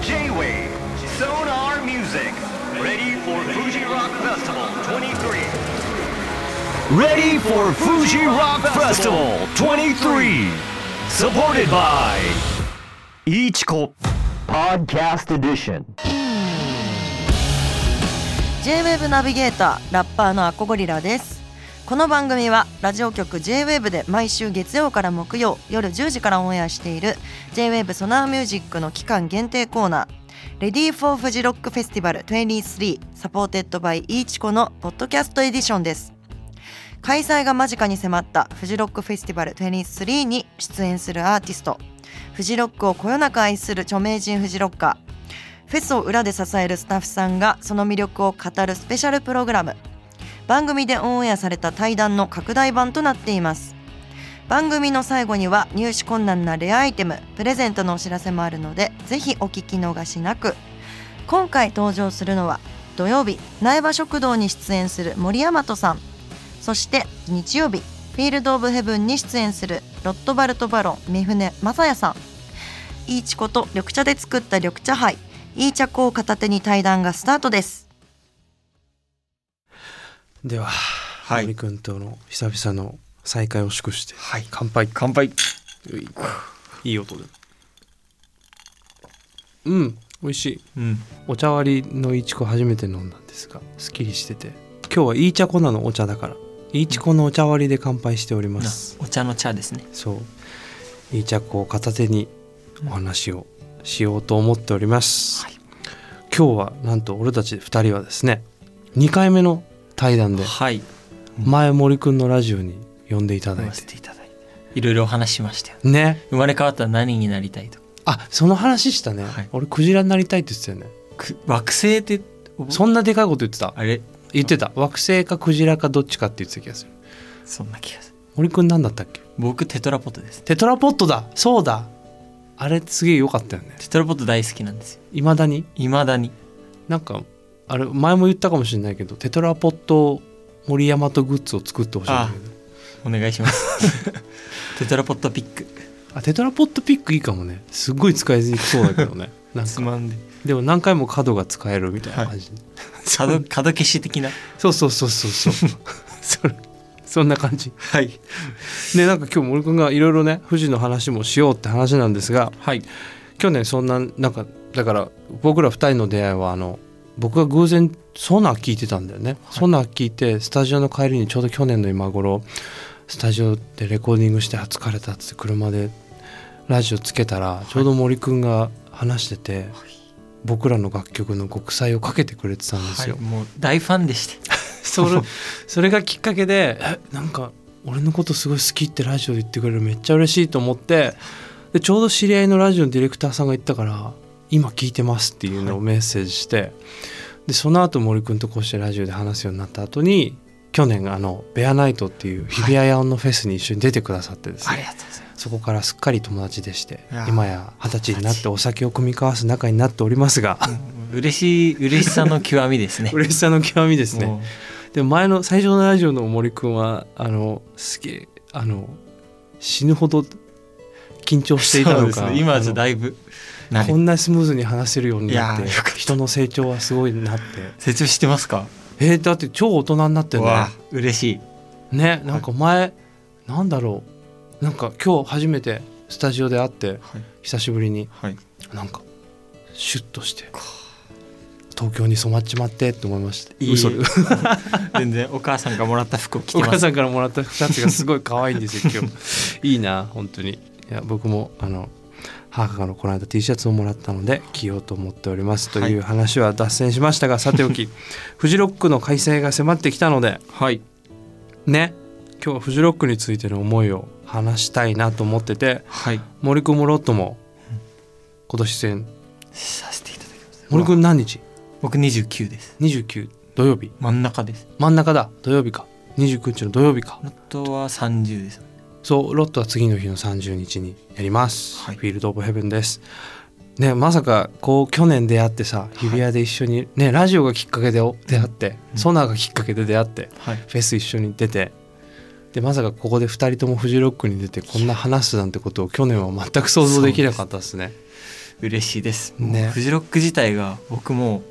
J-Wave Sonar Music Ready for Fuji Rock Festival 23 Ready for Fuji Rock Festival 23 Supported by Ichiko Podcast Edition J-WAVE ナビゲーターラッパーのアコゴリラですこの番組はラジオ局 J-WAVE で毎週月曜から木曜夜10時からオンエアしている J-WAVE ソナーミュージックの期間限定コーナーレディーフォーフジロックフェスティバル23サポーテッドバイイーチコのポッドキャストエディションです開催が間近に迫ったフジロックフェスティバル23に出演するアーティストフジロックをこよなく愛する著名人フジロッカーフェスを裏で支えるスタッフさんがその魅力を語るスペシャルプログラム番組でオンエアされた対談の拡大版となっています番組の最後には入手困難なレアアイテムプレゼントのお知らせもあるのでぜひお聞き逃しなく今回登場するのは土曜日苗場食堂に出演する森大和さんそして日曜日フィールド・オブ・ヘブンに出演するロットバルト・バロン三船正也さんいいちこと緑茶で作った緑茶杯いい茶粉を片手に対談がスタートですでは、い森君との久々の再会を祝して、はい乾杯乾杯ういいい音でうん美味しいうんお茶割りのいちこ初めて飲んだんですがすっきりしてて今日はいい茶粉のお茶だからいいちこのお茶割りで乾杯しております、お茶の茶ですねそういい茶粉を片手にお話をしようと思っております、今日はなんと俺たち2人はですね2回目の対談ではい前森くんのラジオに呼んでいただ飲いまてせていただいていろいろお話しましたよね生まれ変わったら何になりたいとかあその話したね、はい俺クジラになりたいって言ってたよねく惑星って覚えそんなでかいこと言ってたあれ言ってた惑星かクジラかどっちかって言ってた気がするそんな気がする森くん何だったっけ僕テトラポットですテトラポットだそうだあれすげえ良かったよねテトラポット大好きなんですよいまだにいまだになんかあれ前も言ったかもしれないけどテトラポット森山とグッズを作ってほしいんだけどお願いします テトラポットピックあテトラポットピックいいかもねすっごい使いにくそうだけど ねなんつかまんででも何回も角が使えるみたいな感じ、角角消し的なそうそうそうそうそう それそんな感じはいでなんか今日森くんがいろいろね富士の話もしようって話なんですがはい去年そんななんかだから僕ら2人の出会いはあの僕が偶然ソナー聞いてたんだよね、ソナー聞いてスタジオの帰りにちょうど去年の今頃スタジオでレコーディングしてあ疲れたっつって車でラジオつけたらちょうど森くんが話してて、僕らの楽曲の「国債」をかけてくれてたんですはいよ。もう大ファンでしてそれそれがきっかけでえなんか俺のことすごい好きってラジオで言ってくれるめっちゃ嬉しいと思ってでちょうど知り合いのラジオのディレクターさんが言ったから「今聞いてます」っていうのをメッセージして、でその後森君とこうしてラジオで話すようになった後に去年あの「ベアナイト」っていう日比谷野音のフェスに一緒に出てくださってですね、ありがとうございまそこからすっかり友達でしていやー今や二十歳になってお酒を組み交わす仲になっておりますがす嬉しい嬉しさの極み ですね嬉しさの極みですね。もうでも前の最初のラジオの森くんはあのすげえあの死ぬほど緊張していたそうのですか、ね今はあじゃのだいぶ慣これんなスムーズに話せるようになっいてやーよかった人の成長はすごいなって成長してますかえー、だって超大人になってうねわ嬉しいねなんか前、なんだろうなんか今日初めてスタジオで会ってはい久しぶりにはいなんかシュッとして東京に染まっちまってって思いましたいい 嘘で全然お母さんがもらった服を着ておます母さんからもらったシャツがすごい可愛いんです よ今日いいな本当にいや僕もあの母からこの間 T シャツをもらったので着ようと思っておりますとはいいう話は脱線しましたが、さてお きフジロックの開催が迫ってきたのではいね今日はフジロックについての思いを話したいなと思っててはい森くんもロットも今年出演させていただきます森くん何日僕29です29土曜日真ん中です真ん中だ土曜日か29日の土曜日かロットは30ですそうロットは次の日の30日にやります、はいフィールド・オブ・ヘブンですねまさかこう去年出会ってさ日比谷で一緒に、ねラジオがきっかけでお出会って、うんソナーがきっかけで出会ってはいフェス一緒に出てでまさかここで2人ともフジロックに出てこんな話すなんてことを去年は全く想像できなかったですね嬉しいです、ねもうフジロック自体が僕も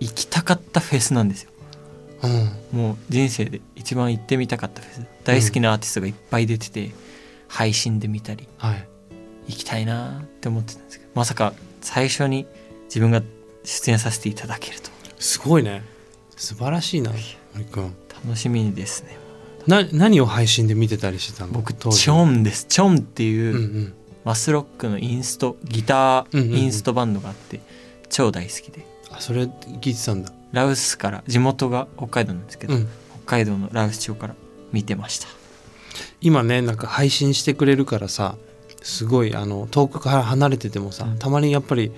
行きたかったフェスなんですようんもう人生で一番行ってみたかったフェス大好きなアーティストがいっぱい出てて、配信で見たりはい行きたいなーって思ってたんですけどまさか最初に自分が出演させていただけるとすごいね素晴らしいな森くん楽しみですねな何を配信で見てたりしてたの僕チ時ョンですチョンっていう、うんうんマスロックのインストギタうんうんうーんインストバンドがあって、超大好きであそれ聞いてたんだラウスから地元が北海道なんですけど、うん北海道のラウス町から見てました今ねなんか配信してくれるからさすごいあの遠くから離れててもさ、うんたまにやっぱり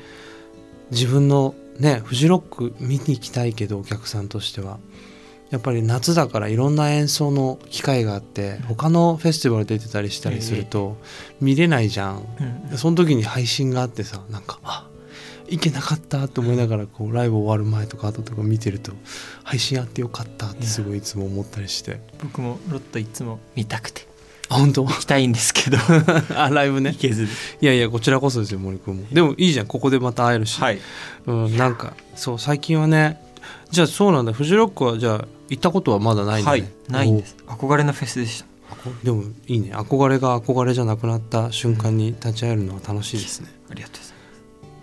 自分のねフジロック見に行きたいけどお客さんとしてはやっぱり夏だからいろんな演奏の機会があって他のフェスティバル出てたりしたりすると見れないじゃん、うんその時に配信があってさなんかあ行けなかったと思いながらこうライブ終わる前とか後とか見てると配信あってよかったってすごいいつも思ったりして僕もロットいつも見たくてあ本当 行きたいんですけどあライブね行けずいやいやこちらこそですよ森君もでもいいじゃんここでまた会えるし、はいうん、なんかそう最近はねじゃあそうなんだフジロックはじゃあ行ったことはまだないんだはね、いないんです憧れのフェスでしたおあこでもいいね憧れが憧れじゃなくなった瞬間に立ち会えるのは楽しいですね、ありがとうございま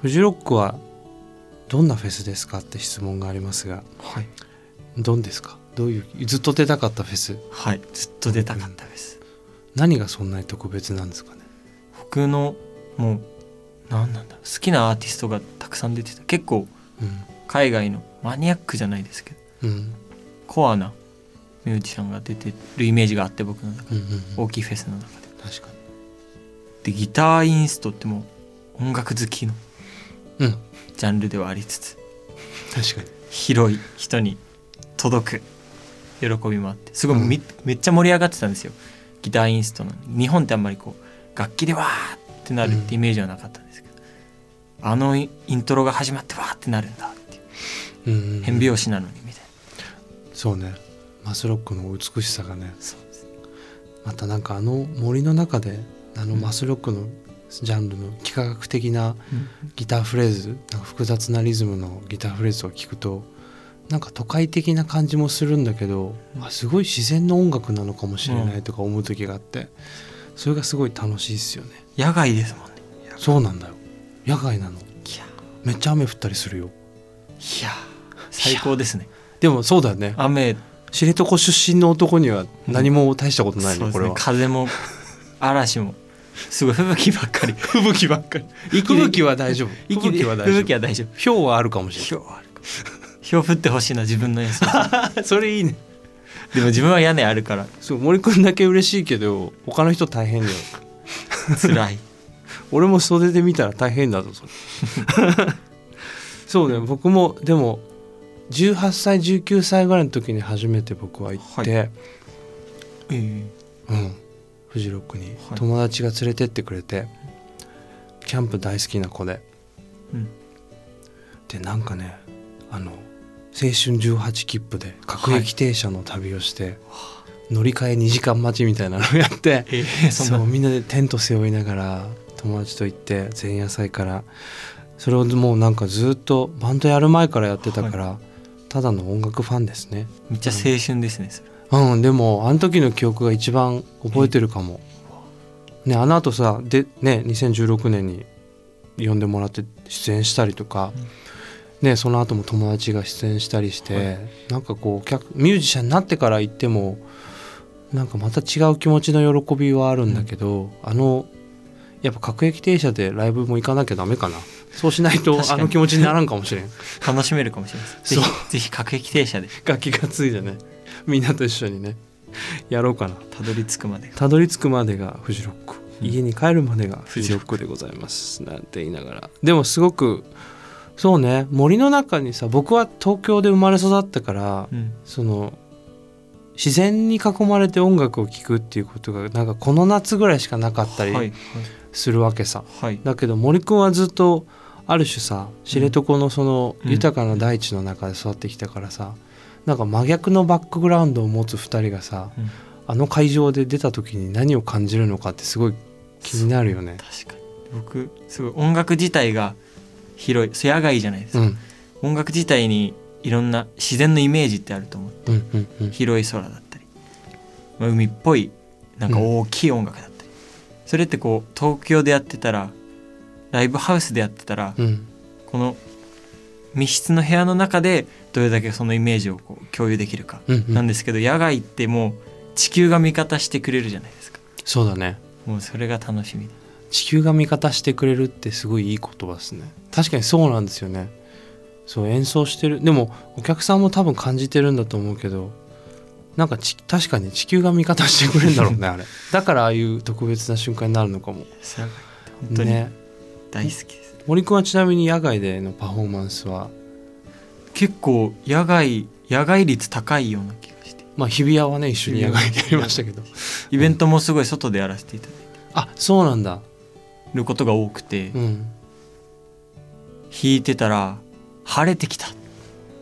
フジロックはどんなフェスですかって質問がありますがすはい、どんですかどういうずっと出たかったフェスはい、ずっと出たかったです、何がそんなに特別なんですかね僕のもう何なんだろう好きなアーティストがたくさん出てた結構海外のマニアックじゃないですけどうんうんコアなミュージシャンが出てるイメージがあって僕の中でうんうんうん大きいフェスの中で確かでギターインストってもう音楽好きのにうんジャンルではありつつ確かに広い人に届く喜びもあってすごいみ、うめっちゃ盛り上がってたんですよギターインストの日本ってあんまりこう楽器でわーってなるってイメージはなかったんですけど、あのイイントロが始まってわーってなるんだっていううんうんうん変拍子なのにみたいな、そうねマスロックの美しさがねそうですまたなんかあの森の中であのマスロックのジャンルの幾何学的なギターフレーズなんか複雑なリズムのギターフレーズを聞くとなんか都会的な感じもするんだけど、うんあすごい自然の音楽なのかもしれなういとか思う時があってそれがすごい楽しいですよね野外ですもんねそうなんだよ野外なのいやめっちゃ雨降ったりするよいや最高ですねでもそうだよね雨知床出身の男には何も大したことないね、そうですねこれは風 も嵐もすごい吹雪ばっかり吹雪ばっかり吹雪は大丈夫息吹で雪は大丈吹夫雪は大丈夫ひょうはあるかもしひょうあるかひょう降ってほしいな自分の演奏れない それいいねでも自分は屋根あるからそう森くんだけ嬉しいけど他の人大変よ辛い 俺も袖で見たら大変だぞそれ そうね僕もでも18歳19歳ぐらいの時に初めて僕は行って、えうん、フジロックにはい友達が連れてってくれて、キャンプ大好きな子でえうんでなんかねあの青春18切符で各駅停車の旅をして、乗り換え2時間待ちみたいなのをやってええそそんうなみんなでテント背負いながら友達と行って前夜祭からそれをもうなんかずっとバンドやる前からやってたから、ただの音楽ファンですねめっちゃ青春ですねそれうんでもあの時の記憶が一番覚えてるかもねあの後さでね2016年に呼んでもらって出演したりとか、ねその後も友達が出演したりして、はいなんかこう客ミュージシャンになってから行ってもなんかまた違う気持ちの喜びはあるんだけど、あのやっぱ各駅停車でライブも行かなきゃダメかなそうしないと確かあにの気持ちにならんかもしれん 楽しめるかもしれないですそぜうひぜひ各駅停車で楽器がついてねみんなと一緒にねやろうかなたどり着くまでたどり着くまでがフジロックうん家に帰るまでがフジロックでございますなんて言いながらでもすごくそうね森の中にさ僕は東京で生まれ育ったから、うんその自然に囲まれて音楽を聴くっていうことがなんかこの夏ぐらいしかなかったはいりはするわけさ、いはいだけど森くんはずっとある種さ知床のそのうん豊かな大地の中で育ってきたからさ、なんか真逆のバックグラウンドを持つ2人がさ、うんあの会場で出た時に何を感じるのかってすごい気になるよね。確かに僕すごい音楽自体が広いそれ野外じゃないですうか、ん音楽自体にいろんな自然のイメージってあると思ううんうんうん広い空だったり、まあ、海っぽいなんかう大きい音楽だったり、それってこう東京でやってたらライブハウスでやってたら、うんこの密室の部屋の中でどれだけそのイメージをこう共有できるかうんうんなんですけど、野外ってもう地球が味方してくれるじゃないですかそうだねもうそれが楽しみで地球が味方してくれるってすごいいい言葉ですね確かにそうなんですよねそう演奏してるでもお客さんも多分感じてるんだと思うけどなんかち確かに地球が味方してくれるんだろう ねあれだからああいう特別な瞬間になるのかもそれが本当にね大好きです、森くんはちなみに野外でのパフォーマンスは結構野外野外率高いような気がしてまあ日比谷はね一緒に野外でやりました けどイベントもすごい外でやらせていただあそうなんだることが多くて、うん弾いてたら晴れてきた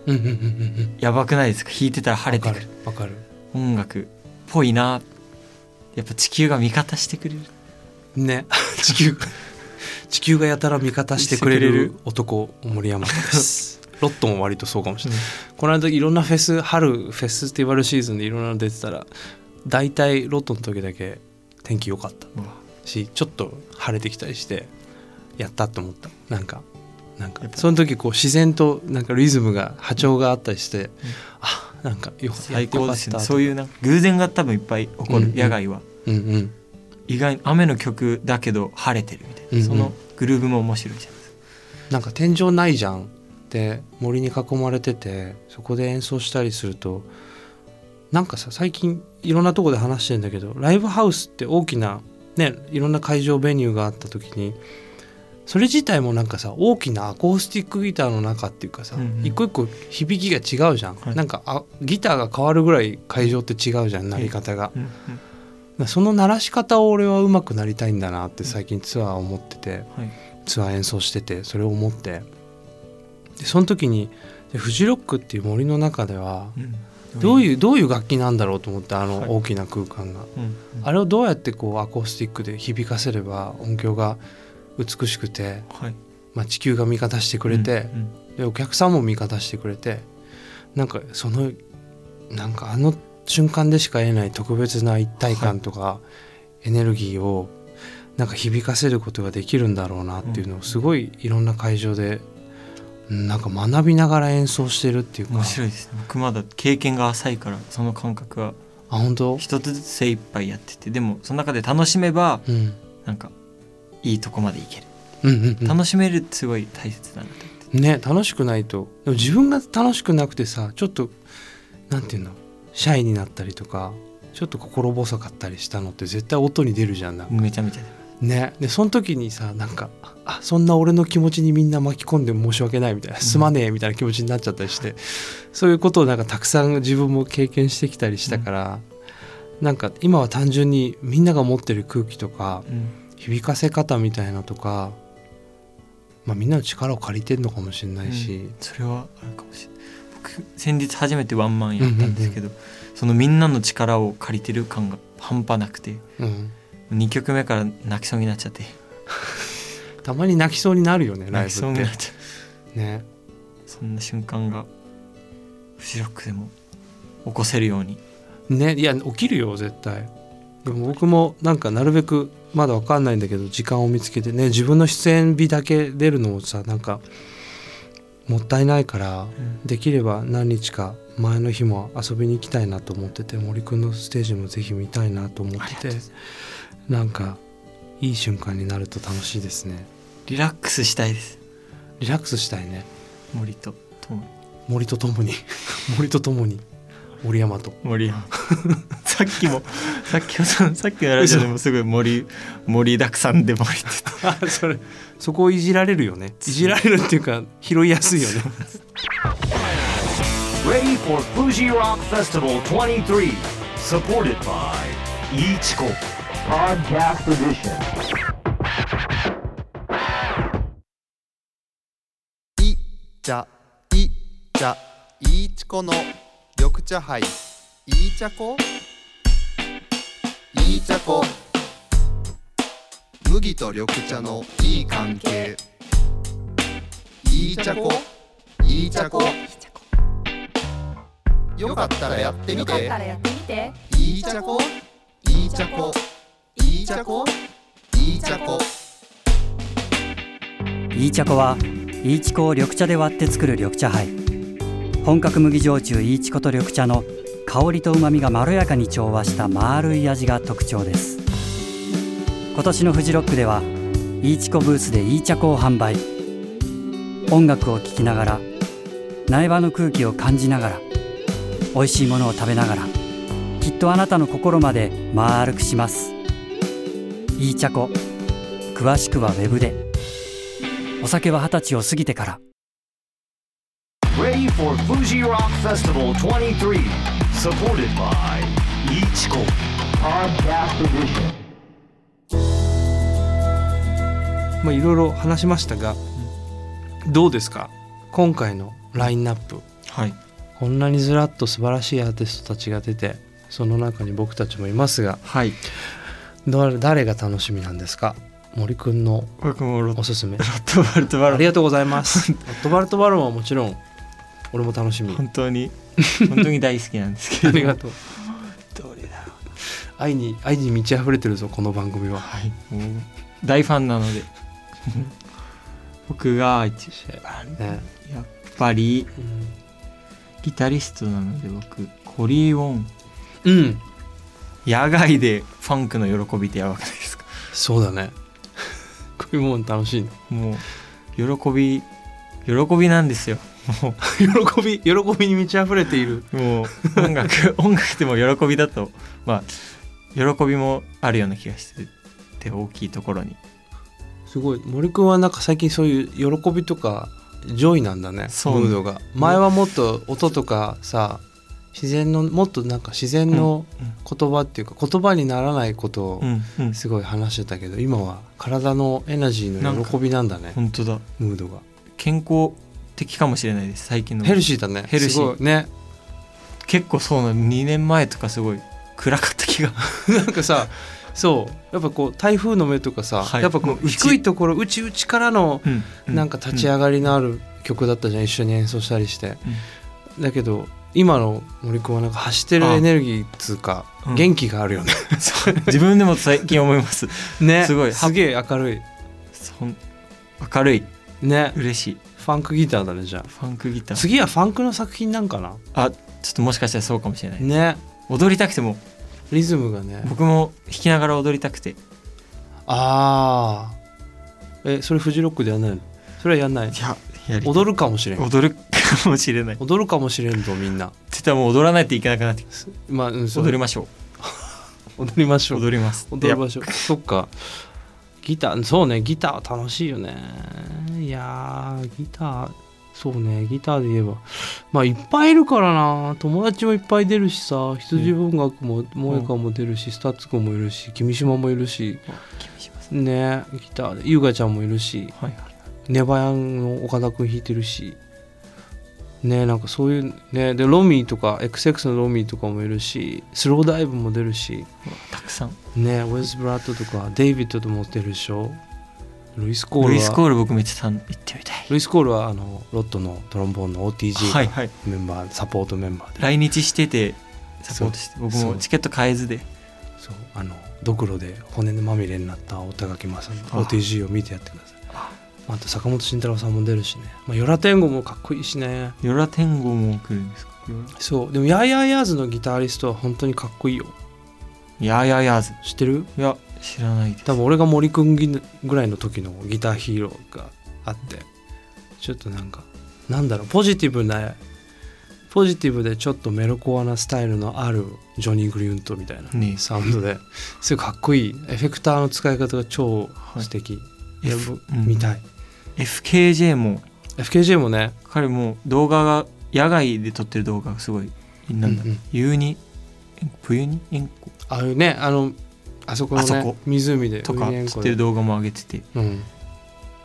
うんうんうんうんやばくないですか弾いてたら晴われかてくるるわかる音楽っぽいなやっぱ地球が味方してくれるね 地球が地球がやたら味方してくれしてくれるる男森山です ロットも割とそうかもしれない、この間いろんなフェス春フェスティバルシーズンでいろんなの出てたら大体ロットの時だけ天気良かったうわしちょっと晴れてきたりしてやったと思ったなんかなんかやっぱその時こう自然となんかリズムが波長があったりして、あなんかよ最高ですよねそそうういういうなんか偶然が多分いっぱい起こる、うんうん野外はうんうん意外に雨の曲だけど晴れてるみたいな、うんうんそのグルーヴも面白いじゃないですかなんか天井ないじゃんで森に囲まれててそこで演奏したりするとなんかさ最近いろんなとこで話してんだけどライブハウスって大きなねいろんな会場ベニューがあった時にそれ自体もなんかさ大きなアコースティックギターの中っていうかさ、うんうん一個一個響きが違うじゃん、はいなんかあギターが変わるぐらい会場って違うじゃん鳴り方が、うんうんその鳴らし方を俺は上手くなりたいんだなって最近ツアーを思ってて、はいツアー演奏しててそれを思ってでその時にでフジロックっていう森の中ではうんどういうどういう楽器なんだろうと思ってあはいの大きな空間が、うんうんあれをどうやってこうアコースティックで響かせれば音響が美しくて、はいまあ、地球が味方してくれてう、んでお客さんも味方してくれてなんかそのなんかあの瞬間でしか得ない特別な一体感とかエネルギーをなんか響かせることができるんだろうなっていうのをすごいいろんな会場でうんなんか学びながら演奏してるっていううんか面白いですね僕まだ経験が浅いからその感覚はあ本当一つずつ精一杯やっててでもその中で楽しめばうんなんかいいとこまでいけるうんうんうん楽しめるってすごい大切だなと思ってね楽しくないとでも自分が楽しくなくてさちょっとなんていうのシャイになったりとかちょっと心細かったりしたのって絶対音に出るじゃんなんかめちゃめちゃねでその時にさなんかあそんな俺の気持ちにみんな巻き込んで申し訳ないみたいなすまねえみたいな気持ちになっちゃったりして、そういうことをなんかたくさん自分も経験してきたりしたから、なんか今は単純にみんなが持ってる空気とかうん響かせ方みたいなとか、まあ、みんなの力を借りてんのかもしれないし、それはあるかもしれない僕先日初めてワンマンやったんですけど、そのみんなの力を借りてる感が半端なくてうん2曲目から泣きそうになっちゃってたまに泣きそうになるよねライ泣きそうブってになっちゃうねそんな瞬間がフジロックでも起こせるようにねいや起きるよ絶対でも僕もなんかなるべくまだわかんないんだけど時間を見つけてね自分の出演日だけ出るのもさなんかもったいないからうんできれば何日か前の日も遊びに行きたいなと思ってて森くんのステージもぜひ見たいなと思ありっがてとうてございますなんかいい瞬間になると楽しいですねリラックスしたいですリラックスしたいね森と友森と共に 森と共に森山と森やんさっ きもさっきもそのさっきのラジオでもすごい森盛りだくさんで森ってあ それそこをいじられるよねいじられるっていうか拾いやすいよね Ready for Fuji Rock Festival 23, supported by Ichiko Podcast Edition. い茶い茶いちこの緑茶杯いい茶こいい茶こ麦と緑茶のいい関係いいちゃこいいちゃこよかったらやってみよかったてらやってみていいちゃこいいちゃこいいちゃこいいちゃこイーチャコはイーチコを緑茶で割って作る緑茶杯本格麦焼酎イーチコと緑茶の香りとうまみがまろやかに調和した丸い味が特徴です今年のフジロックではイーチコブースでイーチャコを販売音楽を聴きながら苗場の空気を感じながら美味しいものを食べながらきっとあなたの心まで丸くしますイーチャコ詳しくはウェブで「お酒は二十歳を過ぎてから Ready for Fuji Rock Festival 23, supported by Ichiko Podcast Edition. まあ、いろいろ話しましたが、どうですか今回のラインナップはいこんなにずらっと素晴らしいアーティストたちが出てその中に僕たちもいますがはいど誰が楽しみなんですか森くんの僕もロッおすすめトバルトバありルがとうございます ロットバルトバルンはもちろん俺も楽しみ本当に本当に大好きなんですけあどりがとうどれだろ愛に愛に満ち溢れてるぞこの番組うははいもう大ファンなので僕が一番ね、やっぱりうんギタリストなので僕コリー・ウォンうん、野外でファンクの喜びってやばくないですかそうだねこういうもん楽しいねもう喜び喜びなんですよもう喜び喜びに満ち溢れているもう 音楽音楽でも喜びだとまあ喜びもあるような気がしてて大きいところにすごい森くんはなんか最近そういう喜びとかジョイなんだねそうムードが前はもっと音とかさ自然のもっとなんか自然の言葉っていうか言葉にならないことをうんうんすごい話してたけど今は体のエナジーの喜びなんだね本当だムードが健康的かもしれないです最近のヘルシーだねヘルすシーごいね 結構そうなの2年前とかすごい暗かった気がなんかさそうやっぱこう台風の目とかさ、はいやっぱこもうう内低いところ内々からのうんなんか立ち上がりのある曲だったじゃん、一緒に演奏したりして、だけど今の森君はなんか走ってるエネルギーっつうか、うん元気があるよねそう自分でも最近思います ねすごいすげえ明るいそん明るいね嬉しいファンクギターだねじゃファンクギタあー次はファンクの作品なんかなあちょっともしかしたらそうかもしれないね踊りたくてもリズムがね僕も弾きながら踊りたくてああえそれフジロックでやんないのそれはやんないややり踊るかもしれん踊るかもしれない踊るかもしれんぞみんなって言ったらもう踊らないといけなくなってきてまあ、うん、そう踊りましょ踊りましうょう踊ります踊る場い所そっかギターそうねギターは楽しいよねいやーギターそうねギターで言えばまあいっぱいいるからな友達もいっぱい出るしさ羊文学も萌歌も出るし、スタッツ君もいるし君島もいるしや気にしますねギターで優香ちゃんもいるしはいネバヤンの岡田君弾いてるしねなんかそういうねでロミーとか XX のロミーとかもいるしスローダイブも出るしたくさんねウェズ・ブラッドとかデイビッドと持ってるでしょルイス・コールはルイスコール僕めっちゃ行ってみたいルイスコールはあのロットのトロンボーンの OTG はいがはいメンバー、サポートメンバーで来日しててサポートして僕そもうチケット買えずでそうあのドクロで骨まみれになった大高木正のあ OTG を見てやってくださいまああと坂本慎太郎さんも出るしね、まあ、ヨラ天狗もかっこいいしねヨラ天狗も来るんですかヨラそうでもヤーヤーヤーズのギタリストは本当にかっこいいよやーやーやーず知ってるいや知らないです多分俺が森くんぎぐらいの時のギターヒーローがあってちょっとなんかなんだろうポジティブなポジティブでちょっとメロコアなスタイルのあるジョニー・グリュントみたいなねサウンドですごいかっこいいエフェクターの使い方が超素敵、いや F 僕うん見たい FKJ も FKJ もね彼も動画が野外で撮ってる動画がすごいなんだうんうんユニ冬に円弧ああいうねあのあそこの、ね、あそこ湖でとかウニエン撮コっでてる動画も上げててうん、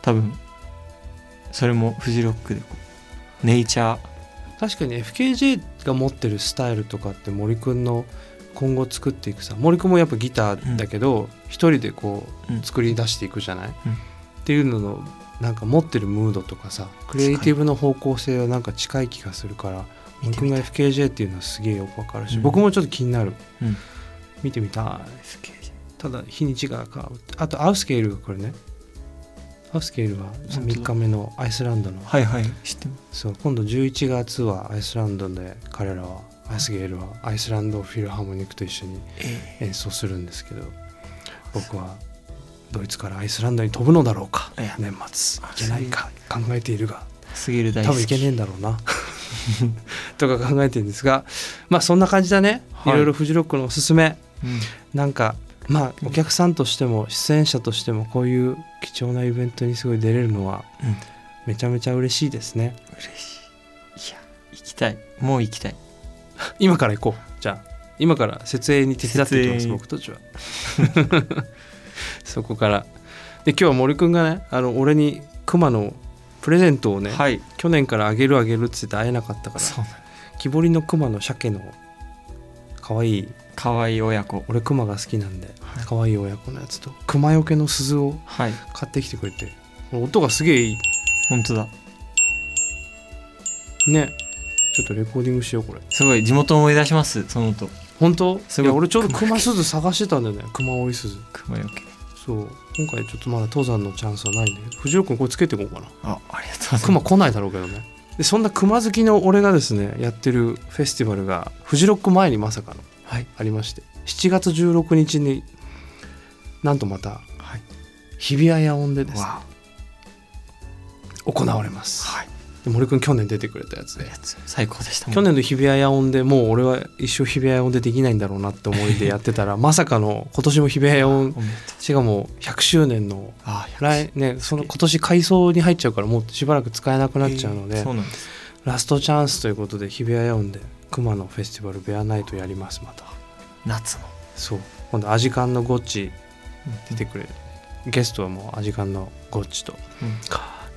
多分それもフジロックでこうネイチャー確かに FKJ が持ってるスタイルとかって森くんの今後作っていくさ森くんもやっぱギターだけど一、人でこうんう作り出していくじゃない、うんっていうののなんか持ってるムードとかさクリエイティブの方向性はなんか近い気がするから見て僕みがた FKJ っていうのはすげえよくわかるし、うん僕もちょっと気になる、うん見てみたいただ日にちが変わるあとアウスケールがこれねアウスケールは当だ3日目のアイスランドのはいはい知ってますそう今度11月はアイスランドで彼らはアイスゲールはアイスランドフィルハーモニックと一緒に演奏するんですけど僕はドイツからアイスランドに飛ぶのだろうかいや年末いけないか考えているがすぎる大多好分いけねえきんだろうな とか考えてるんですがまあそんな感じだね、はいい、ろいろフジロックのおすすめうんなんかまあお客さんとしても出演者としてもこういう貴重なイベントにすごい出れるのはうんめちゃめちゃ嬉しいですね嬉しいいや行きたいもう行きたい今から行こうじゃあ今から設営に手伝っていきます僕た設営ちは そこからで今日は森くんがねあの俺に熊のプレゼントをね、はい去年からあげるあげるっつって会えなかったからそう木彫りの熊の鮭の可愛いかわいい親子俺熊が好きなんで可愛い親子のやつと熊よけの鈴をはい買ってきてくれて音がすげえい本当だいねちょっとレコーディングしようこれすごい地元を思い出しますその音本当すいごいや俺ちょうど熊鈴探してたんだよね熊追い鈴熊よけそう今回ちょっとまだ登山のチャンスはないんだけど藤尾君これつけていこうかなあありがとうございます熊来ないだろうけどねでそんな熊好きの俺がですねやってるフェスティバルがフジロック前にまさかの、はいありまして7月16日になんとまた、はい日比谷野音でですねわ行われます、はいで森君去年出てくれたやつおでやつ最高でしたもん去年の日比谷野音でもう俺は一生日比谷野音でできないんだろうなって思いでやってたらまさかの今年も日比谷野音 おめでとうしかも100周年のあー来ねその今年改装に入っちゃうからもうしばらく使えなくなっちゃうので、そうなんですラストチャンスということで日比谷野音で熊のフェスティバルベアナイトやりますまた夏のそう今度アジカンのゴッチ出てくれる、ゲストはもうアジカンのゴッチと、うん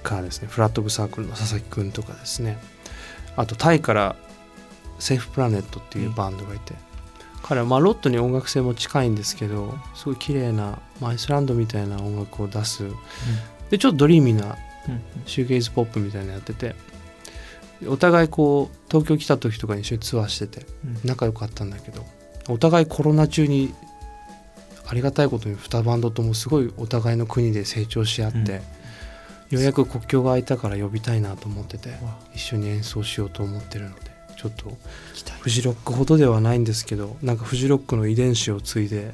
からですねフラット・オブ・サークルの佐々木くんとかですねあとタイからセーフ・プラネットっていうバンドがいて、彼はまあロットに音楽性も近いんですけどすごい綺麗なまあアイスランドみたいな音楽を出す、でちょっとドリーミーなうんシューゲイズポップみたいなのやっててお互いこう東京来た時とかに一緒にツアーしててうん仲良かったんだけどお互いコロナ中にありがたいことに2バンドともすごいお互いの国で成長し合って、うんようやく国境が開いたから呼びたいなと思っててわ一緒に演奏しようと思ってるのでちょっと行きたいフジロックほどではないんですけどなんかフジロックの遺伝子を継いでうんうん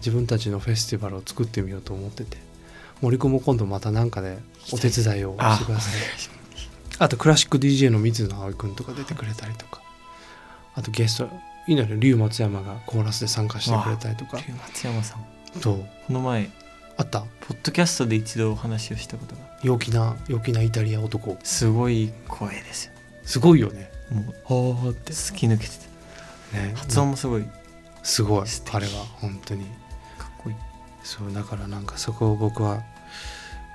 自分たちのフェスティバルを作ってみようと思ってて森君も今度また何かでお手伝いをしてくださいあとクラシック DJ の水野葵君とか出てくれたりとかあとゲストいいのよ龍松山がコーラスで参加してくれたりとか龍松山さんそうこの前あったポッドキャストで一度お話をしたことが陽気な陽気なイタリア男すごい声ですよすごいよねもうあって突き抜けててね発音もすごいかすごい素敵あれは本当にっこいいそうだからなんかそこを僕は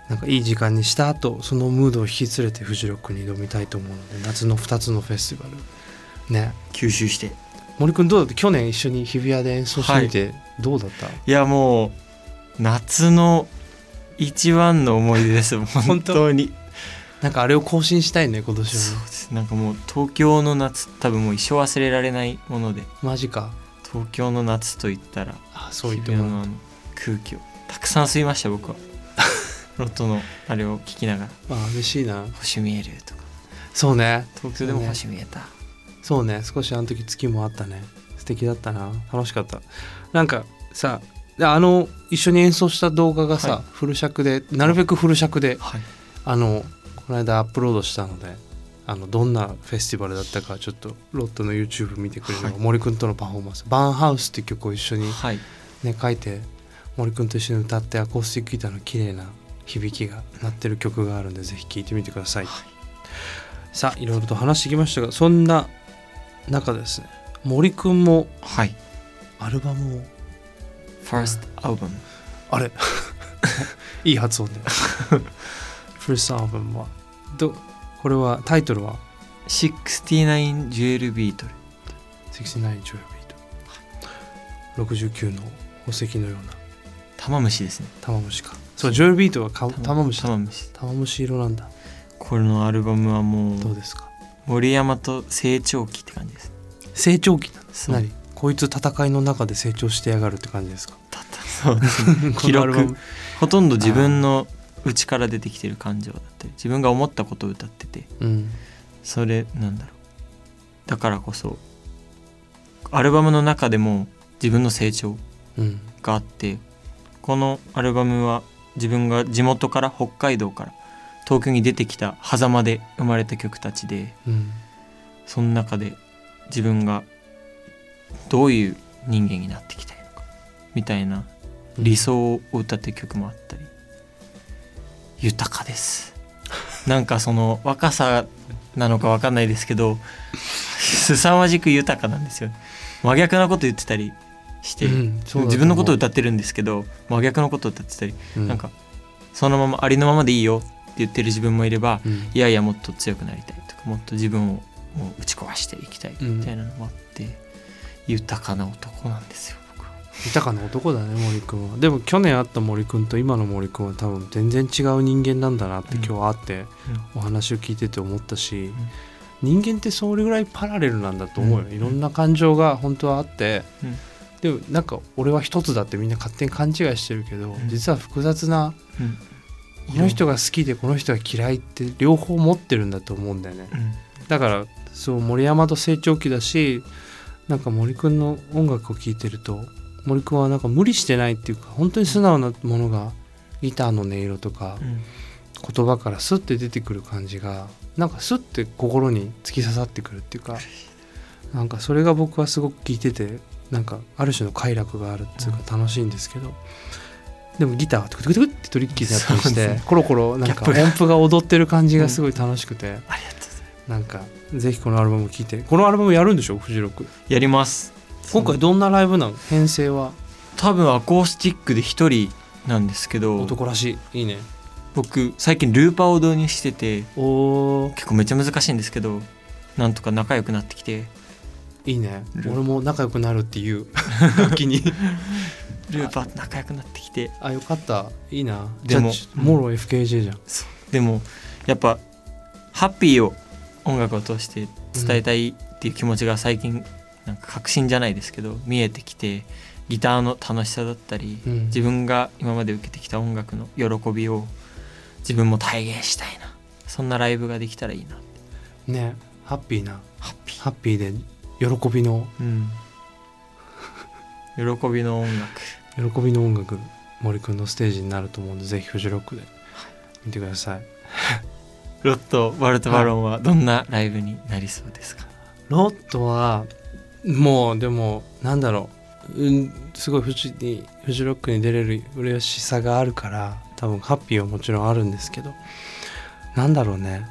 なんかいい時間にした後そのムードを引き連れてフジロックに挑みたいと思うので夏の2つのフェスティバルね吸収して森君どうだって去年一緒に日比谷で演奏してみてどうだった、いやもう夏の一番の思い 出です本当になんかあれを更新したいね今年そはうねですなんかもう東京の夏多分もう一生忘れられないものでマジか東京の夏といったらあそう日言っ比て谷ものあの空気をたくさん吸いまし た僕はロットのあれを聞きながららあ嬉しいな「星見える」とかそうね東京でも星見えた、そうね少しあの時月もあったね素敵だったな楽しかったなんかさあの一緒に演奏した動画がさ、はいフル尺でなるべくフル尺ではい、あのこの間アップロードしたのであのどんなフェスティバルだったかちょっとロットの YouTube 見てくれれば、はい森くんとのパフォーマンス「バーンハウス」っていう曲を一緒にはい、ね書いて森くんと一緒に歌ってアコースティックギターの綺麗な響きが鳴ってる曲があるんでぜひ聴いてみてください、さあいろいろと話してきましたがそんな中ですね森くんもはい、アルバムを First Album あ れいい発音でフルスアルバムはどこれはタイトルは69ジュエルビートル69ジョイビート69の宝石のような玉虫ですね玉虫かそうジョエル・ビートはか玉虫玉虫玉虫色なんだこのアルバムはもうどうですか森山と成長期って感じです成長期なんですそう 何こいつ戦いの中で成長してやがるって感じです かたったそうですねこのアルバムほとんど自分の内から出てきてる感情だったり自分が思ったことを歌っててうんそれなんだろうだからこそアルバムの中でも自分の成長うんがあってこのアルバムは自分が地元から北海道から東京に出てきた狭間で生まれた曲たちでうんその中で自分がどういう人間になっていきたいのかみたいな理想を歌ってる曲もあったり豊かですなんかその若さなのかわかんないですけど凄まじく豊かなんですよ真逆なこと言ってたりして、うんそうだと思う自分のことを歌ってるんですけど真逆のことを歌ってたり、うんなんかそのままありのままでいいよって言ってる自分もいれば、うんいやいやもっと強くなりたいとかもっと自分をもう打ち壊していきたいみたいなのもあって、豊かな男なんですよ僕は豊かな男だね森くんはでも去年会った森くんと今の森くんは多分全然違う人間なんだなってうん今日会ってお話を聞いてて思ったし、人間ってそれぐらいパラレルなんだと思うよ、うんいろんな感情が本当はあって、うんでもなんか俺は一つだってみんな勝手に勘違いしてるけど、ん実は複雑なうんこの人が好きでこの人が嫌いって両方持ってるんだと思うんだよねうんだからそう森山と成長期だしなんか森くんの音楽を聴いてると森くんはなんか無理してないっていうか本当に素直なものがギターの音色とかうん言葉からスッて出てくる感じがなんかスッて心に突き刺さってくるっていうかなんかそれが僕はすごく聴いててなんかある種の快楽があるっていうか楽しいんですけど、でもギターはトゥクトゥクトゥクってトリッキーになったりそうして、ですねコロコロなんギャッかプが音符が踊ってる感じがすごい楽しくて、 ありがとうございますなんかぜひこのアルバム聴いてこのアルバムやるんでしょフジロックやります今回どんなライブなの編成は多分アコースティックで一人なんですけど男らしいいいね僕最近ルーパーを導入してておー結構めっちゃ難しいんですけどなんとか仲良くなってきていいねル俺も仲良くなるって いう時にルーパーと仲良くなってきてあよかったいいなでもじゃあもろ FKJ じゃんでもやっぱハッピーを音楽を通して伝えたいっていう気持ちが最近なんか確信じゃないですけど見えてきてギターの楽しさだったり、うん自分が今まで受けてきた音楽の喜びを自分も体現したいなそんなライブができたらいいなねハッピーなハッピー、ハッピーで喜びのうん、喜びの音楽喜びの音楽森くんのステージになると思うんでぜひフジロックで見てくださいロット・ワルト・バロンはどんなライブになりそうですか、ロットはもうでもなんだろう、うん、すごいフジにフジロックに出れる嬉しさがあるから多分ハッピーはもちろんあるんですけどなんだろうね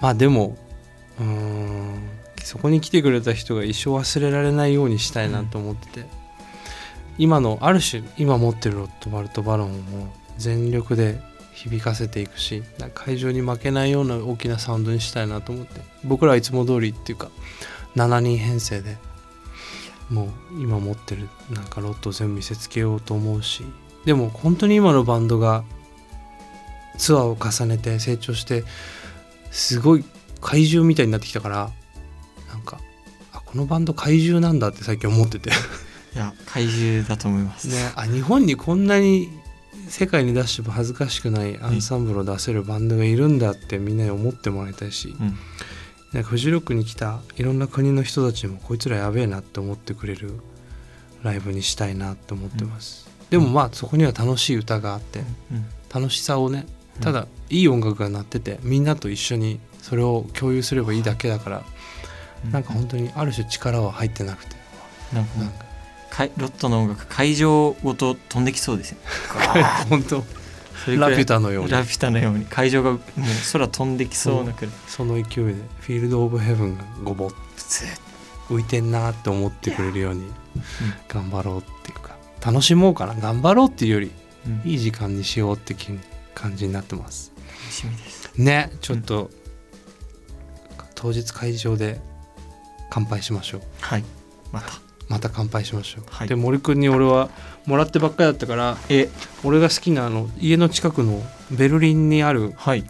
まあでもうーんそこに来てくれた人が一生忘れられないようにしたいなと思ってて、今のある種今持ってるロットバルト・バロンをもう全力で響かせていくしなんか会場に負けないような大きなサウンドにしたいなと思って僕らはいつも通りっていうか7人編成でもう今持ってるなんかロットを全部見せつけようと思うしでも本当に今のバンドがツアーを重ねて成長してすごい怪獣みたいになってきたからなんかあこのバンド怪獣なんだって最近思っててねいや怪獣だと思います、 あ日本にこんなに世界に出しても恥ずかしくないアンサンブルを出せるバンドがいるんだってみんなに思ってもらいたいしうんなんかフジロックに来たいろんな国の人たちもこいつらやべえなって思ってくれるライブにしたいなって思ってます、でもまあそこには楽しい歌があってうん楽しさをねうんただいい音楽が鳴っててみんなと一緒にそれを共有すればいいだけだから、なんか本当にある種力は入ってなくて、なんかもうなんかかいロットの音楽会場ごと飛んできそうですよね 本当それくらいラピュタのようにラピュタのように会場がもう空飛んできそうなくらいその勢いで「フィールド・オブ・ヘブン」がごぼっ普通浮いてんなーって思ってくれるように頑張ろうっていうか楽しもうかな頑張ろうっていうよりうんいい時間にしようってき感じになってます楽しみですねちょっと、当日会場で乾杯しましょうはいまたまた乾杯しましょう、はいで森くんに俺はもらってばっかりだったからえ俺が好きなあの家の近くのベルリンにあるはい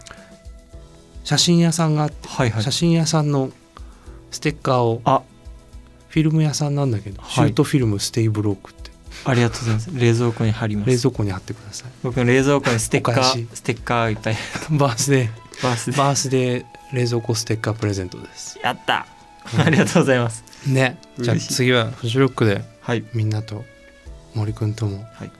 写真屋さんがあって、はいはい写真屋さんのステッカーをあフィルム屋さんなんだけど、はいシュートフィルムステイブロークってありがとうございます冷蔵庫に貼りま冷す蔵庫に貼ってください僕の冷蔵庫にステッカお返しーステッカーいっぱい バースデバースーデーバースデー冷蔵庫ステッカープレゼントですやったありがとうございますねじゃあ嬉しい次はフジロックではいみんなと森くんともはい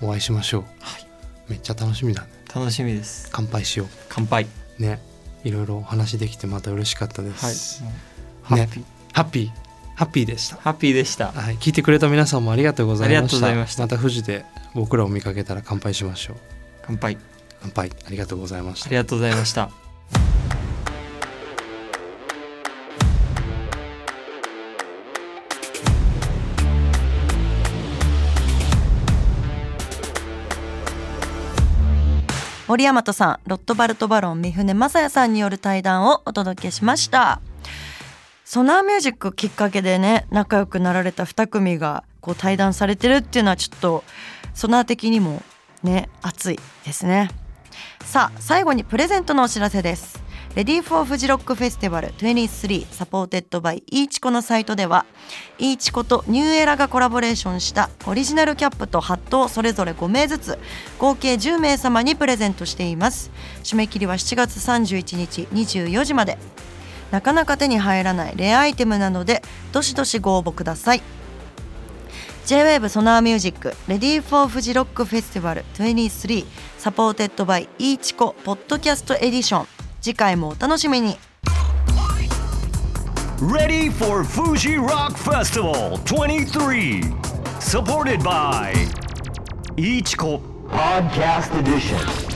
お会いしましょう、はいめっちゃ楽しみだね楽しみです乾杯しよ乾杯うねいろいろお話できてまた嬉しかったではいす、もうハねッピー、ハッピーハッピーでしたハッピーでしたはい、聞いてくれた皆さんもありがとうございありまがとしうたございましたまた富士で僕らを見かけたら乾杯しましょう乾杯乾杯ありがとうございましあたりがとうございました森山さんロットバルトバロン三船正也さんによる対談をお届けしましたソナーミュージックきっかけでね仲良くなられた2組がこう対談されてるっていうのはちょっとソナー的にもね熱いですねさあ最後にプレゼントのお知らせですレディーフォーフジロックフェスティバル23サポーテッドバイイーチコのサイトではイーチコとニューエラがコラボレーションしたオリジナルキャップとハットをそれぞれ5名ずつ合計10名様にプレゼントしています締め切りは7月31日24時までなかなか手に入らないレアアイテムなのでどしどしご応募ください J-WAVE ソナーミュージックレディーフォーフジロックフェスティバル23サポーテッドバイイーチコポッドキャストエディション次回もお楽しみに Ready for Fuji Rock Festival 23. Supported by Ichiko Podcast Edition.